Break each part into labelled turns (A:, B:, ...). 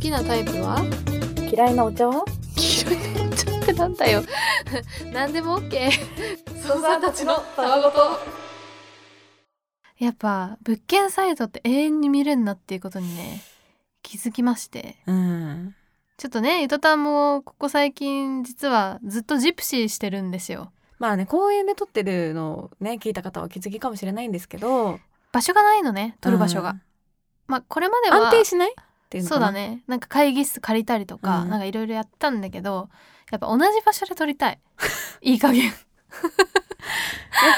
A: きなタイプ は
B: 嫌いなお茶は
A: 黄色いちょっとなんだよ何でも OK
B: ソーサーたちのたわごと
C: やっぱ物件サイトって永遠に見れるなっていうことにね気づきまして
B: うん
C: ちょっとねゆとたんもここ最近実はずっとジプシーしてるんですよ
B: まあね公園で撮ってるのをね聞いた方は気づきかもしれないんですけど
C: 場所がないのね撮る場所が、
B: うん
C: まあこれまでは
B: 安定しないっていうの
C: そ
B: か
C: う
B: な
C: だねなんか会議室借りたりとか、
B: うん
C: なんかいろいろやったんだけどやっぱ同じ場所で撮り たいいい加減
B: やっ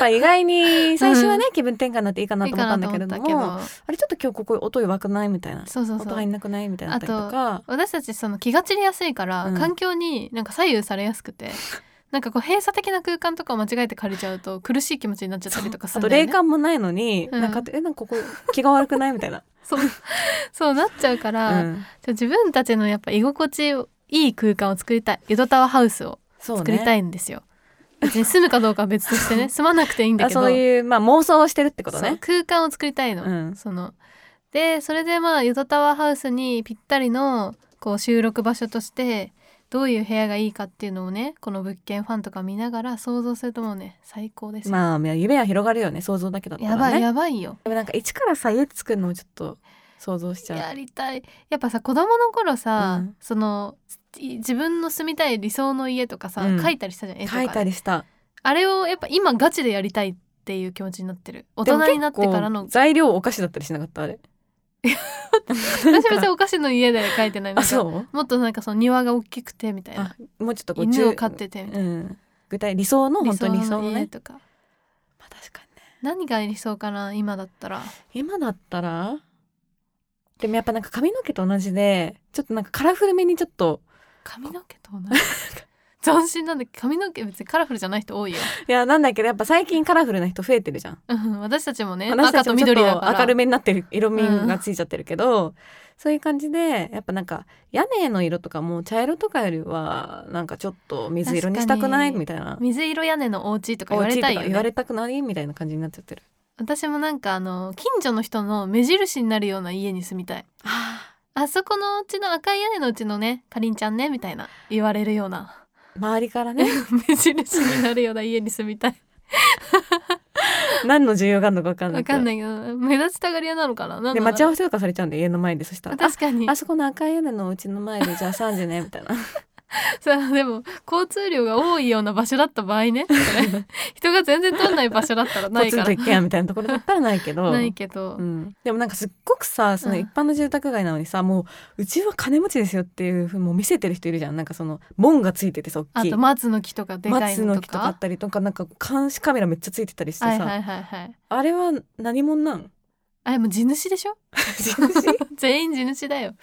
B: ぱ意外に最初はね、気分転換になっていいかない
C: い
B: と
C: か
B: 思った
C: なん
B: だ
C: と
B: け
C: 思
B: れ
C: った
B: ども
C: けど
B: あれちょっと今日ここ音弱くないみたいな
C: そうそう
B: 音
C: そ
B: 入
C: うん
B: なくないみたいなのだったりとか
C: 私たちその気が散りやすいから、
B: うん
C: 環境になんか左右されやすく てなんかこう閉鎖的な空間とかを間違えて借りちゃうと苦しい気持ちになっちゃったりとかす
B: あ
C: るん
B: と
C: だよ
B: 霊
C: ね
B: 感もないのに、
C: うん
B: なんかえなんかここ気が悪くないみたいな、
C: そうそうなっちゃうか
B: う
C: ら、
B: ん、
C: じゃあ自分たちのやっぱ居心地いい空間を作りたいゆとたわハウスを
B: そうね
C: 作りたい
B: い
C: んですよ、別に住むかどうかは別としてね住まなくていいんだ
B: あ
C: けど
B: そういうまあ妄想をしてるってこと
C: そう
B: ね
C: 空間を作りたいの、
B: うん
C: そのでそれでまあゆとたわハウスにぴったりのこう収録場所としてどういう部屋がいいかっていうのをねこの物件ファンとか見ながら想像するともうね最高ですよ、
B: まあいや夢は広がるよね想像だけだったら
C: や
B: ね
C: ばいやばいよ
B: でもなんか一からさ家作るのもちょっと想像しちゃ
C: や
B: う
C: りたいやっぱさ子供の頃さ、
B: うん
C: そのい自分の住みたい理想の家とかさ、
B: うん
C: 書いたりしたじゃん絵とか
B: 書いたりした
C: あれをやっぱ今ガチでやりたいっていう気持ちになってる大
B: でも
C: 人になってから
B: 結
C: の
B: 構材料お菓子だったりしなかったあれ私
C: 私別にお菓子の家で書いてないの
B: あそ
C: もっとなんかその庭が大きくてみたいな
B: うもうちょっとこう
C: 犬を
B: 中
C: 飼っててみたい
B: うん、具体理想の
C: な
B: 本当に理想
C: 理
B: の
C: 家
B: ね
C: とか
B: まあ確かにね
C: 何が理想かな今だったら
B: 今だったらでもやっぱなんか髪の毛と同じでちょっとなんかカラフルめにちょっと
C: 髪の毛と同じ 斬新なんだけど髪の毛別にカラフルじゃない人多いよ、
B: いやなんだけどやっぱ最近カラフルな人増えてるじゃん
C: うん、私たちもね
B: 私
C: 赤
B: たち
C: と
B: もちょっ
C: 緑だか
B: と
C: ら
B: 明るめになってる色味がついちゃってるけど、そういう感じでやっぱなんか屋根の色とかも茶色とかよりはなんかちょっと水色にしたくな
C: 確か
B: い
C: に
B: みたいな
C: 水色屋根のお家とか
B: お
C: 言わ
B: 家
C: れた
B: とか
C: いよ
B: 言わ
C: ね
B: れたくないみたいな感じになっちゃってる
C: 私もなんかあの近所の人の目印になるような家に住みたいあそこのうちの赤い屋根のうちのねかりんちゃんねみたいな言われるような
B: 周りからね
C: 目印になるような家に住みたい
B: 何の需要があるのか分かんな
C: わ
B: い
C: かんないいけど目立ちたがり屋なのかななん
B: で
C: なんだろう
B: 待ち合わせとかされちゃうんで家の前でそしたらあ
C: 確かに
B: あそこの赤い屋根のうちの前でじゃあ3時ねみたいな
C: さあでも交通量が多いような場所だった場合 ねそれ人が全然通んない場所だったらな
B: ポ
C: い
B: ツ
C: か
B: ンと
C: ら
B: 一軒家み たいなところだったらないけど
C: ないけど、
B: うん、でもなんかすっごくさそ
C: う
B: の
C: ん
B: 一般の住宅街なのにさ、もううちは金持ちですよっていうふうにもう見せてる人いるじゃんなんかその門がついててさ大
C: あ
B: きい
C: と松の木とかでかい
B: 松
C: の
B: の
C: と
B: 木とかあっ
C: か
B: たりとかなんか監視カメラめっちゃついてたりしてさ、
C: はいはいはいはい
B: あれは何者なん
C: あれもう地主でしょ
B: 地主
C: 全員地主だよ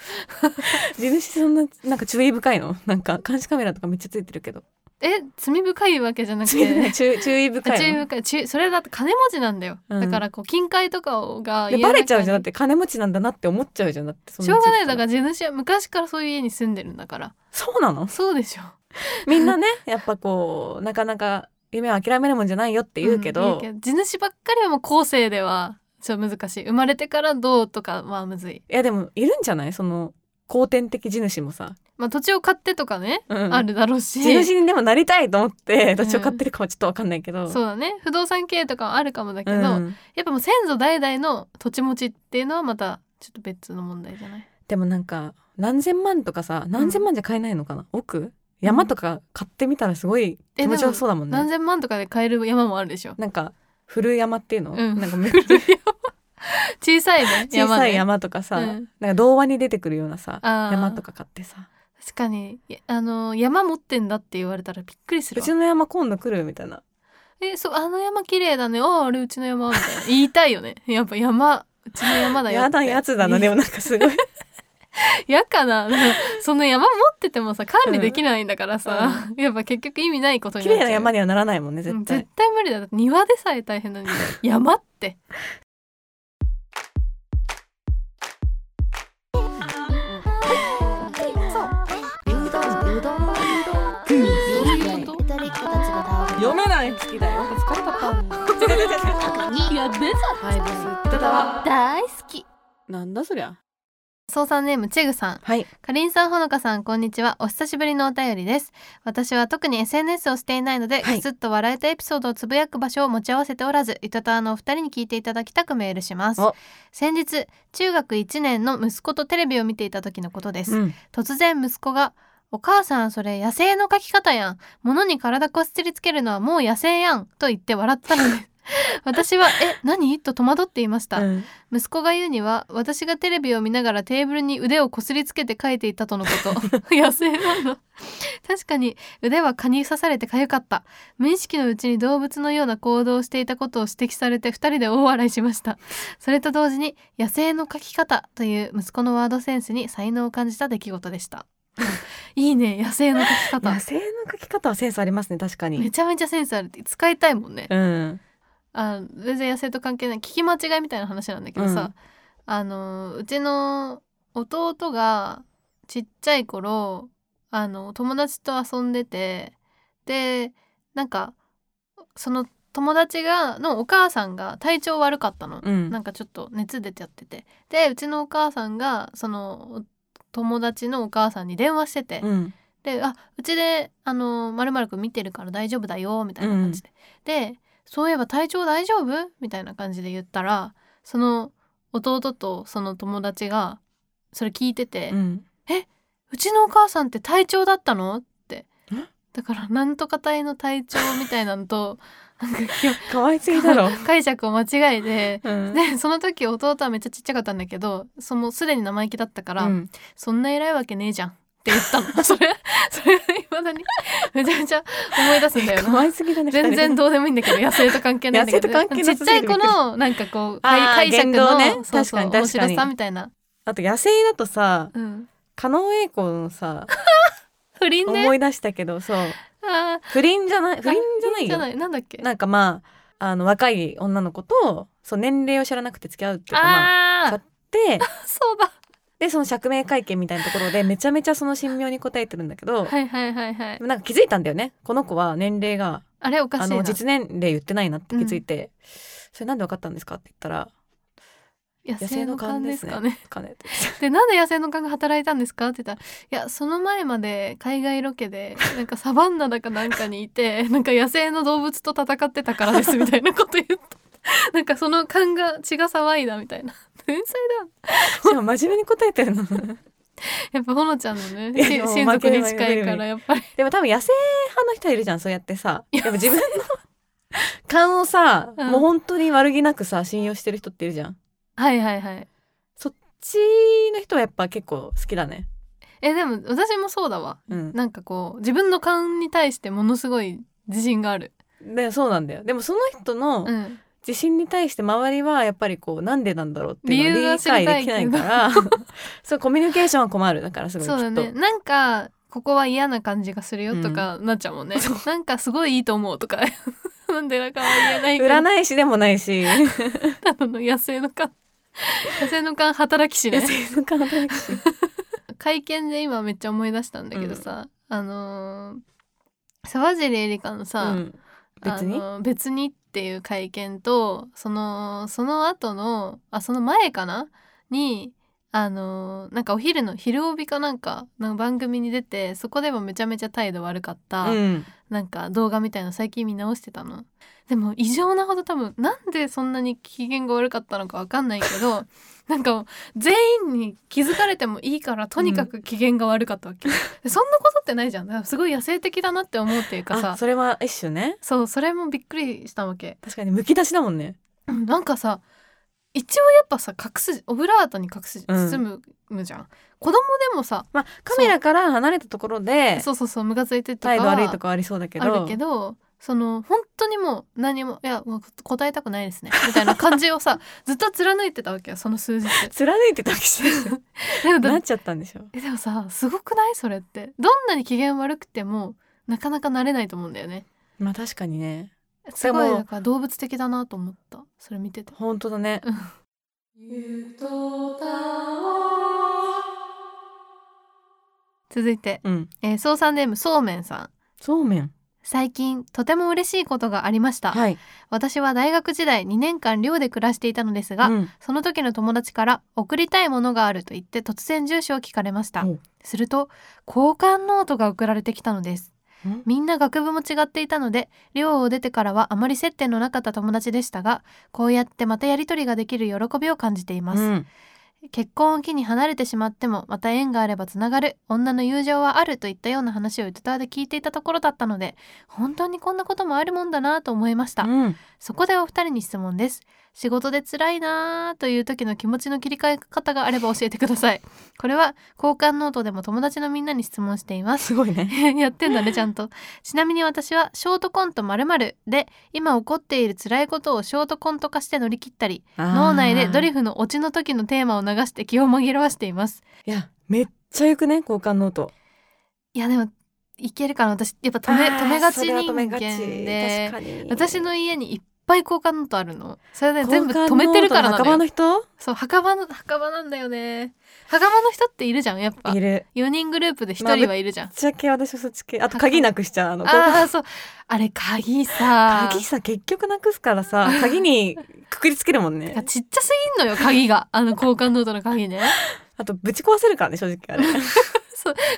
B: 地主そんななんか注意深いのなんか監視カメラとかめっちゃついてるけど
C: え罪深いわけじゃなく
B: 注意
C: て
B: 注 注意
C: あ
B: 深
C: 注
B: い
C: 意
B: の
C: 深い注意それだって金持ちなんだよ、
B: うん
C: だからこう金塊とかをが
B: で
C: 家の中
B: バレ
C: に
B: ちゃうじゃんだって金持ちなんだなって思っちゃうじゃんだってそん
C: しょうがないだ
B: 地
C: か
B: 域
C: ら地主は昔からそういう家に住んでるんだから
B: そうなの
C: そうでしょ
B: みんなねやっぱこうなかなか夢は諦めるもんじゃないよって言うけど、
C: ん言う地主ばっかりはもう後世ではちょっと難しい生まれてからどうとかはむずい、
B: いやでもいるんじゃないその後天的地主もさ、
C: まあ、土地を買ってとかね、
B: うん
C: あるだろうし
B: 地主にでもなりたいと思って土地を買ってるかはちょっとわかんないけど、
C: そうだね不動産経営とかはあるかもだけど、
B: うん
C: やっぱもう先祖代々の土地持ちっていうのはまたちょっと別の問題じゃない
B: でもなんか何千万とかさ何千万じゃ買えないのかな、奥山とか買ってみたらすごい気持ちよさそうだもんね
C: 何千万とかで買える山もあるでしょ
B: なんか古い山っていうの、
C: うん
B: なんかめ
C: 小さいね
B: 小
C: 山
B: さい
C: ね
B: 山とかさ、
C: うん
B: なんか童話に出てくるようなさ
C: あー
B: 山とか買ってさ
C: 確かにいやあの山持ってんだって言われたらびっくりす
B: う
C: るわ
B: ちの山今度来るみたいな
C: えそうあの山綺麗だねあああれうちの山みたいな言いたいよねやっぱ山うちの山だよ
B: やだやつだなで
C: も
B: もなん かすごい
C: 嫌かな でもその山持っててもさ管理できないんだからさ、 やっぱ結局意味ないことに
B: 綺
C: なっち
B: 麗
C: ゃう
B: な山にはならないもんね
C: う
B: 絶
C: ん
B: 対、
C: 絶対無理だだって庭でさえ大変なのに 山ってどういうこと
B: 読めない好きだよ疲れた
A: が出ちゃった
B: ファイブスってたわ
A: 大好き
B: なんだそりゃ
C: 操作ネームチェグさん
B: はい
C: かりんさんほのかさんこんにちはお久しぶりのお便りです私は特に SNS をしていないので、
B: はい
C: クスッと笑えたエピソードをつぶやく場所を持ち合わせておらずゆたたわのお二人に聞いていただきたくメールします
B: お
C: 先日中学1年の息子とテレビを見ていた時のことです、
B: うん
C: 突然息子がお母さんそれ野生の描き方やん物に体こすりつけるのはもう野生やんと言って笑ったのです私はえ何と戸惑っていました、
B: うん
C: 息子が言うには私がテレビを見ながらテーブルに腕をこすりつけて描いていたとのこと 野生なの確かに腕は蚊に刺されて痒かった無意識のうちに動物のような行動をしていたことを指摘されて2人で大笑いしましたそれと同時に野生の描き方という息子のワードセンスに才能を感じた出来事でしたいいね野生の描き
B: 野
C: 方
B: 生の描き方はセンスありますね確か
C: め
B: に
C: ちゃめちゃセンスあるって使いたいもんね
B: うん
C: あ全然野生と関係ない聞き間違いみたいな話なんだけどさ、あのうちの弟がちっちゃい頃あの友達と遊んでてでなんかその友達がのお母さんが体調悪かったの、
B: うん
C: なんかちょっと熱出ちゃっててでうちのお母さんがそのお友達のお母さんに電話してて、
B: うん
C: で「あうちであのまるくん見てるから大丈夫だよ」みたいな感じで、で「そういえば体調大丈夫?」みたいな感じで言ったらその弟とその友達がそれ聞いてて「う
B: うん
C: ちのお母さんって体調だったの?」って
B: え
C: だからなんとか体の体調みたいなのと なんか
B: 可愛すぎだろ
C: 解釈を間違えて。
B: うん
C: でその時弟はめっちゃちっちゃかったんだけどそのすでに生意気だったから、
B: うん
C: そんな偉いわけねえじゃんって言ったの。 それ、それいまだにめちゃめちゃ思い出すんだよ
B: 可
C: な。
B: 愛すぎだね
C: 全然
B: 二人
C: どうでもいいんだけど、野生と関係ないんだけど。
B: 野生と関係な
C: ちっ
B: さ
C: ち
B: す
C: ゃ
B: ぎ
C: い
B: る
C: 子の、なんかこう、
B: あー
C: 解解釈の、
B: 言動ね
C: そう
B: 確
C: そう
B: かに確かに
C: 面白さみたいな。
B: あと野生だとさ
C: うん。
B: 加納栄子のさ
C: 不倫ね。
B: 思い出したけどそう
C: あー
B: 不倫じゃない不倫じゃない
C: じゃ
B: よ
C: ない、なんだっけ。
B: なんかまああの若い女の子とそう年齢を知らなくて付き合うっていうかまあ
C: あ
B: 買
C: あ
B: っ、て
C: そうだ。
B: でその釈明会見みたいなところでめちゃめちゃその神妙に答えてるんだけど、
C: はいはいはいはい
B: で。もなんか気づいたんだよねこの子は年齢が
C: あれおか
B: あ
C: しい
B: の
C: な。
B: 実年齢言ってないなって気づいて、それなんで分かったんですかって言ったら
C: 野生の勘ですか
B: 野生の勘
C: ね。
B: 金って
C: で、なんで野生の勘が働いたんですかって言ったら、いや、その前まで海外ロケで、なんかサバンナだかなんかにいて、 なんか野生の動物と戦ってたからですみたいなこと言った。 なんかその勘が血が騒いだみたいな。 天才だ。
B: しかも真面目に答えてるの
C: やっぱほのちゃんのね、
B: い
C: し
B: や
C: 親族に近いから、やっぱり。
B: でも多分野生派の人いるじゃんそうやってさやっぱ自分の 勘をさ、
C: うん
B: もう本当に悪気なくさ信用してる人っているじゃん
C: はいはいはい。
B: そっちの人はやっぱ結構好きだね
C: え、でも私もそうだわ。
B: うん
C: なんかこう、自分の勘に対してものすごい自信がある。
B: でそうなんだよでもその人の
C: うん。
B: 自信に対して周りはやっぱりこうなんでなんだろうっていう
C: 理由
B: の
C: が
B: を理
C: 知り
B: 解
C: た
B: で
C: い
B: き
C: けど
B: ないから そうコミュニケーションは困るだからすごいき
C: そうだ
B: っと
C: ねなんかここは嫌な感じがするよとかなっちゃうもんね、なんかすごいいいと思うとか なんでなんか言えないから
B: 占い師でもないし
C: ただの野生の勘野生の勘働きしね
B: 生感働くし
C: 会見で今めっちゃ思い出したんだけどさ、あのー沢尻エリカのさ、
B: うん別に
C: あの別にっていう会見とそのその後のあその前かなにあのなんかお昼の昼帯かなんかの番組に出てそこでもめちゃめちゃ態度悪かった、
B: うん
C: なんか動画みたいの最近見直してたのでも異常なほど多分なんでそんなに機嫌が悪かったのかわかんないけ どなんか全員に気づかれてもいいからとにかく機嫌が悪かったわけ、でそんなことってないじゃんだからすごい野生的だなって思うっていうかさ
B: あそれは一種ね
C: そうそれもびっくりしたわけ
B: 確かにむき出しだもんね
C: うんなんかさ一応やっぱさ隠すオブラートに隠す
B: うん
C: 包むむじゃん、子供でもさ
B: まあカメラから離れたところで
C: そうそうそうムカついてとか
B: 態度悪いとかはありそうだけど
C: あるけどその本当にもう何もいやもう答えたくないですね みたいな感じをさずっと貫いてたわけよその 数日
B: 貫いてたわけじゃない
C: でも だ
B: なっちゃったんでしょ
C: えでもさすごくないそれってどんなに機嫌悪くてもなかなか慣れないと思うんだよね
B: まあ確かにね
C: すごい
B: でも
C: だから動物的だなと思ったそれ見てて
B: 本当だね
C: うん続いて
B: うん
C: えー、操作ネームそうめんさん
B: そうめん
C: 最近とても嬉しいことがありました、
B: はい。
C: 私は大学時代2年間寮で暮らしていたのですが、
B: うん
C: その時の友達から送りたいものがあると言って突然住所を聞かれました
B: お
C: すると交換ノートが送られてきたのです
B: ん
C: みんな学部も違っていたので寮を出てからはあまり接点のなかった友達でしたがこうやってまたやり取りができる喜びを感じています、
B: うん
C: 結婚を機に離れてしまってもまた縁があればつながる女の友情はあるといったような話を歌タで聞いていたところだったので本当にこんなこともあるもんだなと思いました、
B: うん
C: そこでお二人に質問です仕事で辛いなーという時の気持ちの切り替え方があれば教えてくださいこれは交換ノートでも友達のみんなに質問しています
B: すごいね。
C: やってんだねちゃんとちなみに私はショートコント〇〇で今起こっている辛いことをショートコント化して乗り切ったり脳内でドリ
B: フ。
C: フのオチの時のテーマを流して気を紛らわしています
B: いや、めっちゃよくね、交換ノート。
C: いやでもいけるかな私やっぱ止め
B: あー
C: 止めが
B: そ
C: ち
B: れは止
C: 人
B: めが
C: 間
B: ち
C: で
B: 確かに
C: 私の家にいっぱい交換ノートあるのそれで全部
B: 交換
C: 止めてるから
B: ノ
C: な
B: ート
C: の
B: の
C: よ
B: 墓場の人
C: そう墓場の墓場なんだよね墓場の人っているじゃんやっぱ
B: いる。
C: 4人グループで1人はいるじゃん、
B: ぶっちゃけ私そっち系あと
C: 墓場
B: 鍵なくしちゃうあの
C: ああーそうあれ鍵さ
B: 鍵さ結局なくすからさ鍵にくくりつけるもん
C: てか
B: ね
C: ちっちゃすぎんのよ鍵があの交換ノートの鍵ね
B: あとぶち壊せるからね正 直あれ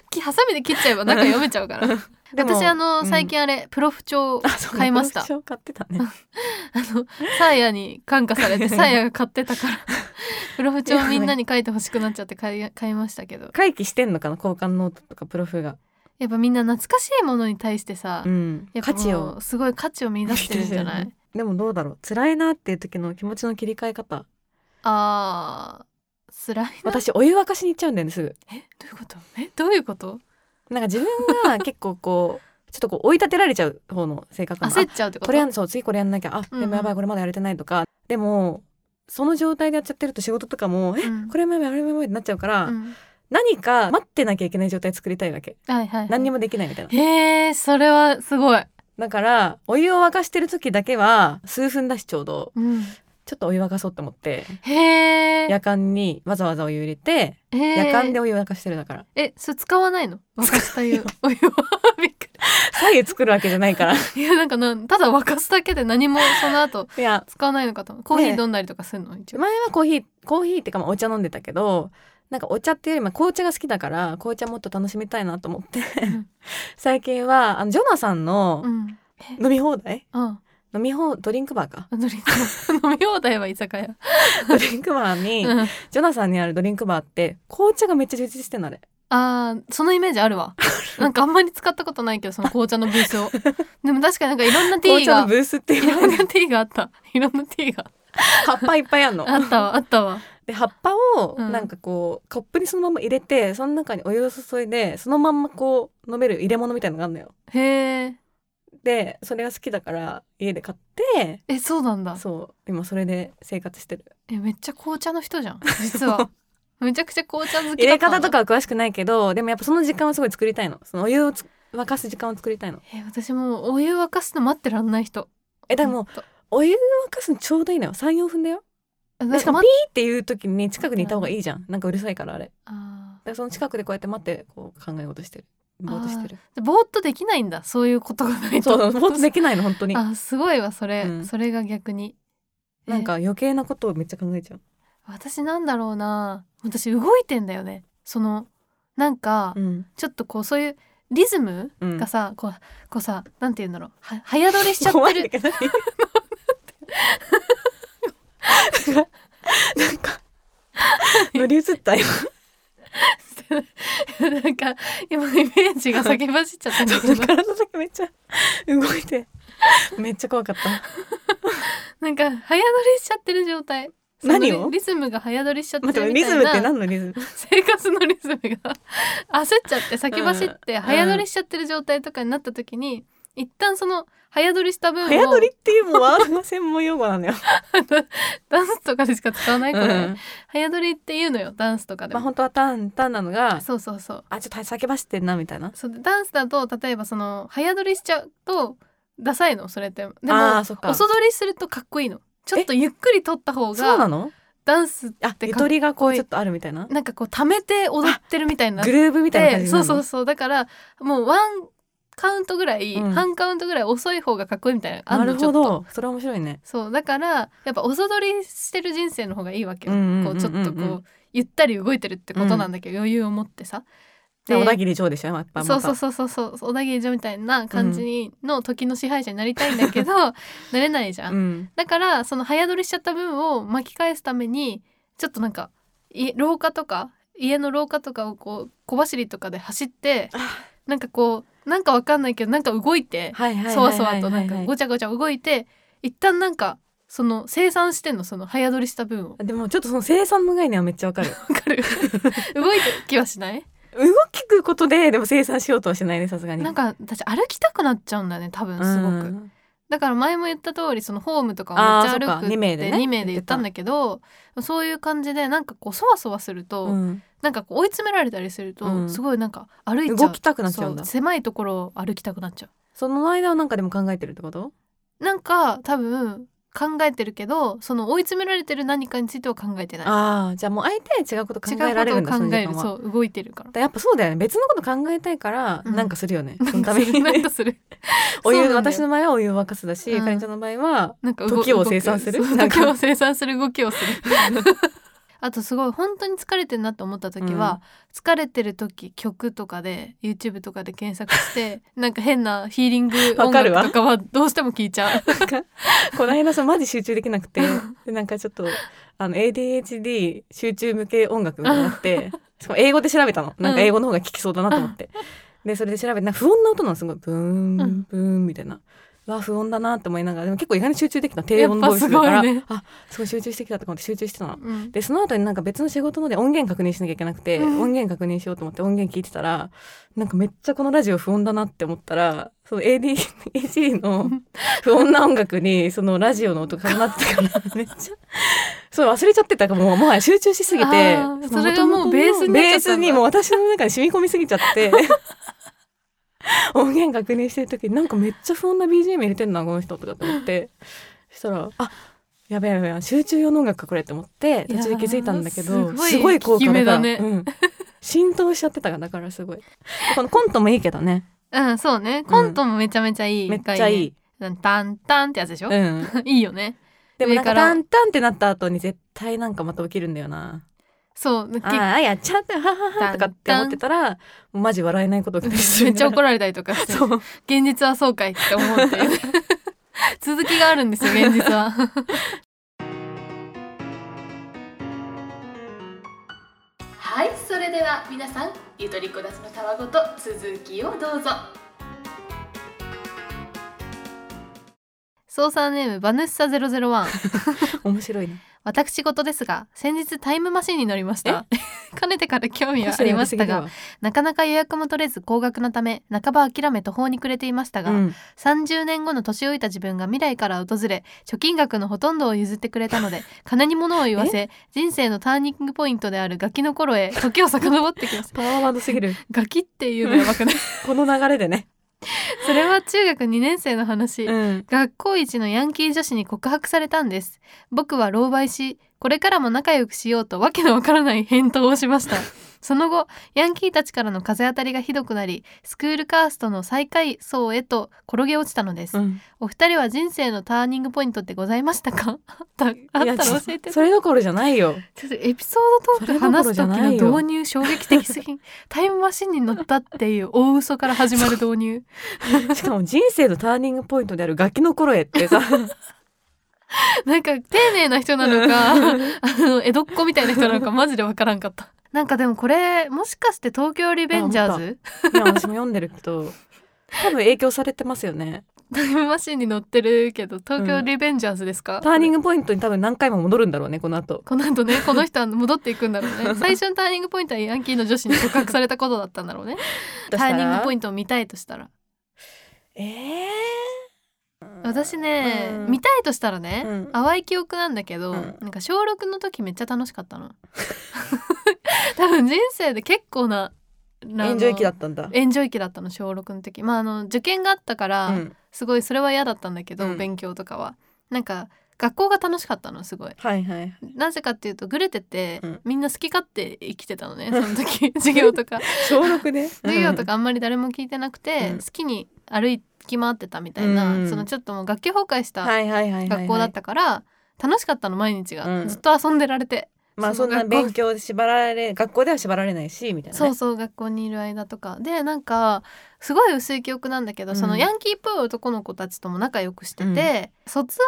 C: きハサミで切っちゃえば中読めちゃうから
B: でも
C: 私あ
B: う
C: の
B: ん
C: 最近あれ、プロフ帳
B: あそうだ
C: 買いました
B: プロフ帳買ってたね
C: あのサーヤに感化さ れてサーヤが買ってたからプロフ帳みんなに書いてほしくなっちゃって買い買いましたけど
B: 回帰してんのかな交換ノートとかプロフが
C: やっぱみんな懐かしいものに対してさ、
B: うん
C: やっぱ
B: 価
C: もう
B: 値を
C: すごい価値を見出してるんじゃない、
B: でもどうだろう辛いなっていう時の気持ちの切り替え方
C: あー辛いな
B: 私お湯沸かしに行っちゃうんだよねすぐ
C: えどういうことえどういうこと
B: なんか自分が結構こう ちょっとこう追い立てられちゃう方の性格なの
C: 焦っちゃうってこ
B: ことれやんそう次これやんなきゃあ
C: うん
B: でもやばいこれまだやれてないとか、でもその状態でやっちゃってると仕事とかも、え
C: うん
B: これもやばいあれもやばいってなっちゃうから、
C: うん
B: 何か待ってなきゃいけない状態作りたいわけ
C: はいはいはい、
B: 何にもできないみたいな
C: へえそれはすごい、
B: だからお湯を沸かしてる時だけは数分だしちょうど
C: うん、
B: ちょっとお湯沸かそうと思って
C: へえ
B: 夜間にわざわざお湯入れて夜間でお湯沸かしてるだから
C: え、それ使わないの沸かした湯、お湯は。びっく
B: 左右作るわけじゃな いからい
C: りいや、なんかなん、ただ沸かすだけで何もその後
B: や
C: 使わないのかと思う。コーヒ
B: ね
C: ー飲んだりとかするの一応。
B: 前はコーヒーコーヒーってかまあお茶飲んでたけどなんかお茶っていうよりも紅茶が好きだから紅茶もっと楽しみたいなと思って、
C: ん
B: 最近はあのジョナサンの
C: うん。
B: 飲み放題、
C: あ
B: 飲み放ドリンクバーか
C: あ、ドリン ク。飲み放題は居酒屋。
B: ドリンクバーに、
C: うん。あ
B: ジョナサンにあるドリンクバーって紅茶がめっちゃ充実してんのあれ
C: あー、そのイメージあるわ。なんかあんまり使ったことないけど、その紅茶のブース を。でも確かになんかいろんなティ
B: 紅
C: ー
B: 茶の
C: が
B: ブ。ースって
C: い
B: いう
C: ろん
B: の
C: な
B: に
C: ティーがあった。いろんなティーが。
B: 葉っぱいっぱいあんの
C: あったわ、あったわ。
B: で葉っぱを
C: うん
B: なんかこう、カップにそのまま入れてその中にお湯を注いでそのまんまこう飲める入れ物みたいのがあるのよ
C: へえ。
B: でそれが好きだから家で買って
C: え、そうなんだ。
B: そう今それで生活してる
C: え、めっちゃ紅茶の人じゃん。実は。めちゃくちゃ紅茶好き
B: 入
C: だ
B: れ
C: ったんだ
B: 方とかは詳しくないけどでもやっぱその時間はすごい作りたいのそのお湯をつ沸かす時間を作りたいの
C: えー私もうお湯沸かすの待ってらんない人
B: えでも
C: ほんと
B: お湯を沸かすのちょうどいいのよ34分だよ
C: え
B: でしかも
C: 待っ
B: ピーっていう時に近くにいた方がいいじゃんなんかうるさいからあれだ
C: あ
B: からその近くでこうやって待ってこう考え事してるぼーっとしてる
C: ーぼーっとできないんだそういうことがない
B: そ
C: と
B: うぼーっとできないの本当に
C: あすごいわそれ、
B: うん
C: それが逆に
B: なんか余計なことをめっちゃ考えちゃう
C: えー私なんだろうな私動いてんだよねそのなんか、
B: うん
C: ちょっとこうそういうリズム
B: うん
C: がさ、こうこうさなんて言うんだろうは早撮りしちゃっ
B: 怖
C: て
B: いん
C: る
B: だ けど何なんか乗り移った今
C: なんか今イメージが先走っちゃったんだけど
B: 体だけめっ ちゃ動いてめっちゃ 怖かった
C: なんか早撮りしちゃってる状態その
B: 何を
C: リズムが早撮りしちゃって
B: 待っ
C: る
B: て
C: み
B: リ
C: たい
B: ズ
C: な
B: ムって何のリズム
C: 生活のリズムが 焦っちゃって先走って早撮りしちゃってる状態とかになった時に一旦その早撮りした分を
B: 早撮りっていうもうワードが専門用語なのよ、
C: ダンスとかでしか使わないこれ、
B: うん
C: 早撮りっていうのよダンスとかで
B: まあ
C: も、
B: 本当はタンタンなのが
C: そうそうそう
B: あちょっと先走ってんなみたいな
C: そうダンスだと例えばその早撮りしちゃうとダサいのそれってで
B: あ
C: も
B: ーそっか
C: 遅撮りするとかっこいいのちょっとゆっくり撮った方
B: そうな
C: が
B: の
C: ダンス
B: あ
C: て
B: ゆ
C: かっこいい
B: とりがこうちょっとあるみたいな
C: なんかこう溜めて踊ってるみたいになっ
B: グルーブみたいな感
C: で
B: じ
C: そう
B: な
C: そう
B: の
C: そうだからもうワンカウントぐらい、
B: うん
C: 半カウントぐらい遅い方がかっこいいみたいなのあ
B: なん
C: の
B: る
C: ちょ
B: ほ
C: っと
B: どそれ面白いね
C: そうだからやっぱ遅撮りしてる人生の方がいいわけよ、
B: うんうんうんうん
C: こうちょっとこうゆったり動いてるってことなんだけど、余裕を持ってさ
B: で小田切城でしょやっぱまた
C: そうそうそうそうそう小田切城みたいな感じにの時の支配者になりたいんだけど、なれないじゃん、
B: うん
C: だからその早撮りしちゃった分を巻き返すためにちょっとなんかい廊下とか家の廊下とかをこう小走りとかで走ってなんかこうなんかわかんないけどなんか動いて
B: はいはいはいはいはい
C: そわそわとなんかごちゃごちゃ動いて一旦なんかその生産してんのその早撮りした 分を
B: でもちょっとその生産の概念はめっち ゃわかる
C: わかる動いてる気はしない
B: 動きくことででも生産しようとはしないねさすがに
C: なんか私歩きたくなっちゃうんだよね多分すごく、
B: うん
C: だから前も言った通りそのホームとかを
B: あー
C: めっちゃ歩くって
B: そっか二名でね
C: 2名で言ったんだけどそういう感じでなんかこうそわそわすると、
B: うん
C: なんかこう追い詰められたりすると、
B: うん
C: すごいなんか歩いちゃう
B: 動きたくなっちゃうんだ
C: そ
B: そ
C: 狭いところを歩きたくなっちゃ
B: の間はなんかでも考えてるってこと
C: うなんか多分考えてるけどその追い詰められてる何かについては考えてない
B: ああじゃあもう相手違うこと考
C: 違
B: えられる
C: うんこ
B: だ
C: とを考え
B: その時間
C: る
B: は
C: そう動いてるから
B: だやっぱそうだよね別のこと考えたいから
C: うん
B: なんかするよね、そ
C: なん
B: の
C: か
B: た
C: す
B: め
C: る
B: に
C: なん
B: ね
C: かする
B: お
C: そうなん
B: 湯
C: だよ
B: 私の場合はお湯を沸かすだし、
C: うん
B: かりんちゃんの場合は
C: なんか
B: 時
C: 動
B: を
C: く
B: 生産する
C: そう
B: なんか
C: 時を生産する動きをす るあとすごい本当に疲れてるなと思った時は、疲れてる時曲とかで YouTube とかで検索して なんか変なヒーリング音
B: わかるわ
C: 楽とかはどうしても聞いちゃう
B: なんかこの間さマジ集中できなくてでなんかちょっとあの ADHD 集中向け音楽みたいになってしかも英語で調べたのなんか英語の方が聞きそうだなと思って、でそれで調べてなんか不穏な音なのすごいブー
C: う
B: ン
C: ん
B: ブーンみたいな。わあ不穏だなって思いながらでも結構意外に集中できた低音ボイスだか
C: やっぱ
B: ら、
C: すごいね
B: あすごい集中してきたとか思って集中してたの
C: うん
B: でその後になんか別の仕事ので音源確認しなきゃいけなくて、
C: うん
B: 音源確認しようと思って音源聞いてたらなんかめっちゃこのラジオ不穏だなって思ったらその ADHD の不穏な音楽にそのラジオの音が重なってたから めっちゃそう忘れちゃってたからもうもはや集中しすぎて
C: あー
B: の
C: それがもうベースになっちゃったんだ
B: ベースにもう私の中に染み込みすぎちゃって 音源確認してる時になんかめっちゃ不穏な BGM 入れてんなこの人とかと思ってそしたらあやべやべやべ集中用の音楽かこれって思って途中で気づいたんだけ
C: いや
B: ど
C: ー
B: す
C: すご
B: ご
C: い
B: い効
C: 効き
B: 果
C: 目
B: だ
C: だ
B: から、
C: ね
B: うん、浸透しちゃってたからだからすごいこのコントもいいけどね
C: うんそうねコントもめちゃめちゃいい、
B: めっちゃいい、
C: なんタンタンってやつでしょ、
B: うん、
C: いいよね
B: でもなん
C: 上か
B: からタンタンってなった後に絶対なんかまた起きるんだよな
C: そう
B: あーやっちゃってはははとかって思ってたらもうマジ笑えないこと起きたりす
C: め
B: る
C: っちゃ怒
B: る
C: られたりとかして
B: そう
C: 現実はそうかいって思うって いう続きがあるんですよ現実は はいそれでは皆さんゆとりこだつのたわごと続きをどうぞ操作ネームバヌッサ001
B: 面白いね
C: 私事ですが先日タイムマシンに乗りました かねてから興味はありましたがなかなか予約も取れず高額なため半ば諦め途方に暮れていましたが、
B: うん
C: 30年後の年老いた自分が未来から訪れ貯金額のほとんどを譲ってくれたので 金に物を言わせ人生のターニングポイントであるガキの頃へ時を遡ってきました
B: パワーワードすぎる
C: ガキっていうのやばくない
B: この流れでね、
C: それは中学2年生の話、
B: ん、
C: 学校一のヤンキー女子に告白されたんです僕は狼狽しこれからも仲良くしようとわけのわからない返答をしましたその後ヤンキーたちからの風当たりがひどくなりスクールカーストの最下位層へと転げ落ちたのです、
B: うん
C: お二人は人生のターニングポイントってございました かあったあった
B: い
C: ら教
B: や
C: え
B: ち
C: て
B: ょそれどころじゃないよ
C: ちょっとエピソードトーク話す時の導入衝撃的すぎんタイムマシンに乗ったっていう大嘘から始まる導入
B: しかも人生のターニングポイントであるガキの頃へっ てさ
C: なんか丁寧な人なのか あの江戸っ子みたいな人なのかマジでわからんかったなんかでもこれもしかして東京リベンジャーズ
B: いや私も読んでるけど多分影響されてますよね
C: タイムマシンに乗ってるけど東京リベンジャーズですか、
B: ターニングポイントに多分何回も戻るんだろうねこの後
C: この後ねこの人は戻っていくんだろうね最初のターニングポイントはヤンキーの女子に告白されたことだったんだろうねターニングポイ
B: ント
C: ントを見たいとしたら
B: え
C: 私ね、
B: うん
C: 見たいとしたらね、
B: うん
C: 淡い記憶なんだけど、
B: うん
C: なんか小6の時めっちゃ楽しかったの 多分人生で結構な
B: ー、
C: な
B: エンジョイ期だ
C: っ
B: ったんだ
C: たエンジョイ期だったの小6の時まああの受験があったから、
B: うん
C: すごいそれは嫌だったんだけど、
B: うん
C: 勉強とかはなんか学校が楽しかったのすごい
B: はいはい
C: なぜかっていうとグレてて、
B: うん
C: みんな好き勝手生きてたの ねその時授業とか
B: 小6で
C: 授業とかあんまり誰も聞いてなくて、
B: うん
C: 好きに歩き回ってたみたいな、
B: うん
C: そのちょっともう学級崩壊し
B: うん
C: た
B: はいはいはいはいはい
C: 学校だったから、楽しかったの毎日が、
B: うん
C: ずっと遊んでられて
B: まあ
C: そ
B: そ
C: の
B: ん
C: 学
B: な
C: 校
B: 勉強で縛られ学校では縛られないしみたいな、ね、
C: そうそう学校にいる間とかでなんかすごい薄い記憶なんだけど、
B: うん
C: そのヤンキーっぽい男の子たちとも仲良くしてて、卒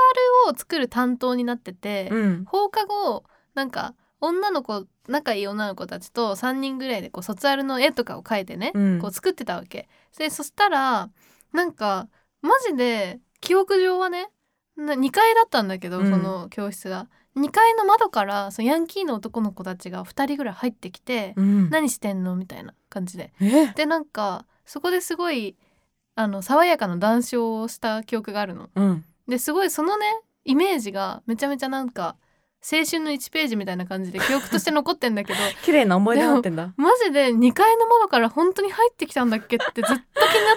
C: アルを作る担当になってて、
B: うん
C: 放課後なんか女の子仲いい女の子たちと3人ぐらいでこう卒アルの絵とかを描いてね、
B: うん
C: こう作ってたわけでそしたらなんかマジで記憶上はねな2階だったんだけど、
B: うん
C: その教室が2階の窓からそのヤンキーの男の子たちが2人ぐらい入ってきて、
B: うん
C: 何してんのみたいな感じで
B: え
C: でなんかそこですごいあの爽やかな談笑をした記憶があるの
B: うん
C: ですごいそのねイメージがめちゃめちゃなんか青春の1ページみたいな感じで記憶として残ってんだ けど
B: 綺麗な思い出になってんだ
C: マジで2階の窓から本当に入ってきたんだっけってずっと気にな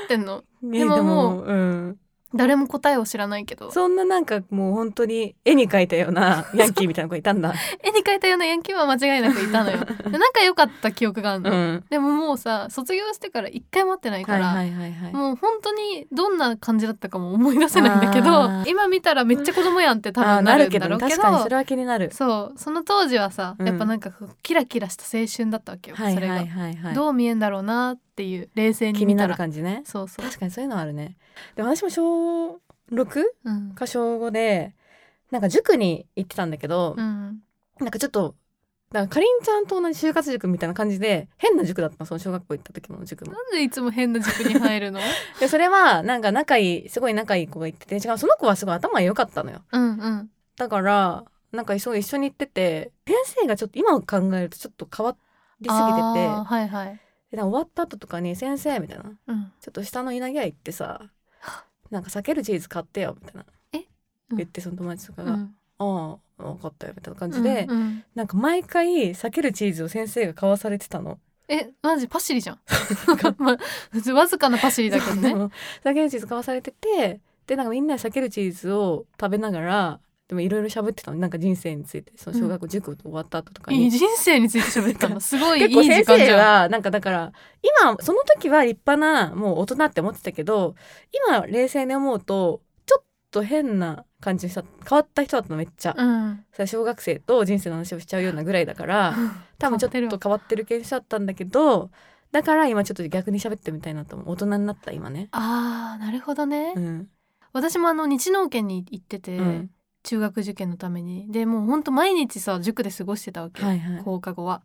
C: ってんの
B: ね
C: でもも
B: う、うん、
C: 誰も答えを知らないけど
B: そんななんかもう本当に絵に描いたようなヤンキーみたいな子いたんだ
C: 絵に描いたようなヤンキーは間違いなくいたの よで仲良かった記憶がある
B: う
C: の、
B: ん
C: でももうさ卒業してから1回も会ってないか
B: はい
C: ら、
B: はいはいはい
C: もう本当にどんな感じだったかも思い出せないんだけ
B: あ
C: ど
B: ー
C: 今見たらめっちゃ子供やんって多
B: あー
C: 分なるんだろうけど
B: 確かにそれは気になる
C: そうその当時はさ、
B: うん
C: やっぱなんかこうキラキラした青春だったわけよ、
B: はい
C: それが、
B: はいはいはい
C: どう見えんだろうなっていう冷静に
B: 気
C: 見
B: に
C: た
B: な
C: ら
B: る感じね
C: そうそう、
B: 確かにそういうのあるねでも私も小 6?
C: うん
B: か小5でなんか塾に行ってたんだけど、
C: うん、
B: なんかちょっとなんかかりんちゃんと同じ就活塾みたいな感じで変な塾だったのその小学校行った時の塾も
C: なんでいつも変な塾に入る の
B: でそれはなんか仲いいすごい仲いい子が行ってて違うその子はすごい頭が良かったのよ
C: うんうん
B: だからなんかすごい一緒に行ってて先生がちょっと今考えるとちょっと変わりすぎ
C: あー
B: て
C: はいはい、
B: てでなんか終わった後とかに「先生」みたいな「
C: うん、
B: ちょっと下の稲毛屋行ってさなんか避けるチーズ買ってよ」みたいな
C: えうん
B: 言ってその友達とか
C: う
B: が「
C: ん
B: ああ分かったよ」みたいな感じで、
C: うんうん
B: なんか毎回避けるチーズを先生が買わされてたの。
C: えマジパシリ じゃんまあ普通わずかなパシリだけどね
B: そう そう避けるチーズ買わされててでなんかみんなで避けるチーズを食べながらでもいろいろ喋ってたのなんか人生についてその小学校塾終わった後とかに、
C: いい人生について喋ったのすごいいい
B: 結構
C: 時
B: 先
C: 間じ
B: 生
C: ゃん
B: はなんかだから今その時は立派なもう大人って思ってたけど今冷静に思うとちょっと変な感じの人変わった人だったのめっちゃ、
C: うん
B: それ小学生と人生の話をしちゃうようなぐらいだ から多分ちょっ
C: 変わってる
B: と変わってる系の人だったんだけどだから今ちょっと逆に喋ってみたいなと思う大人になった今ね。
C: あーなるほどね、
B: うん
C: 私もあの日農研に行ってて、
B: うん
C: 中学受験のためにでもうほんと毎日さ塾で過ごしてたわけ、
B: はいはい、
C: 放課後は。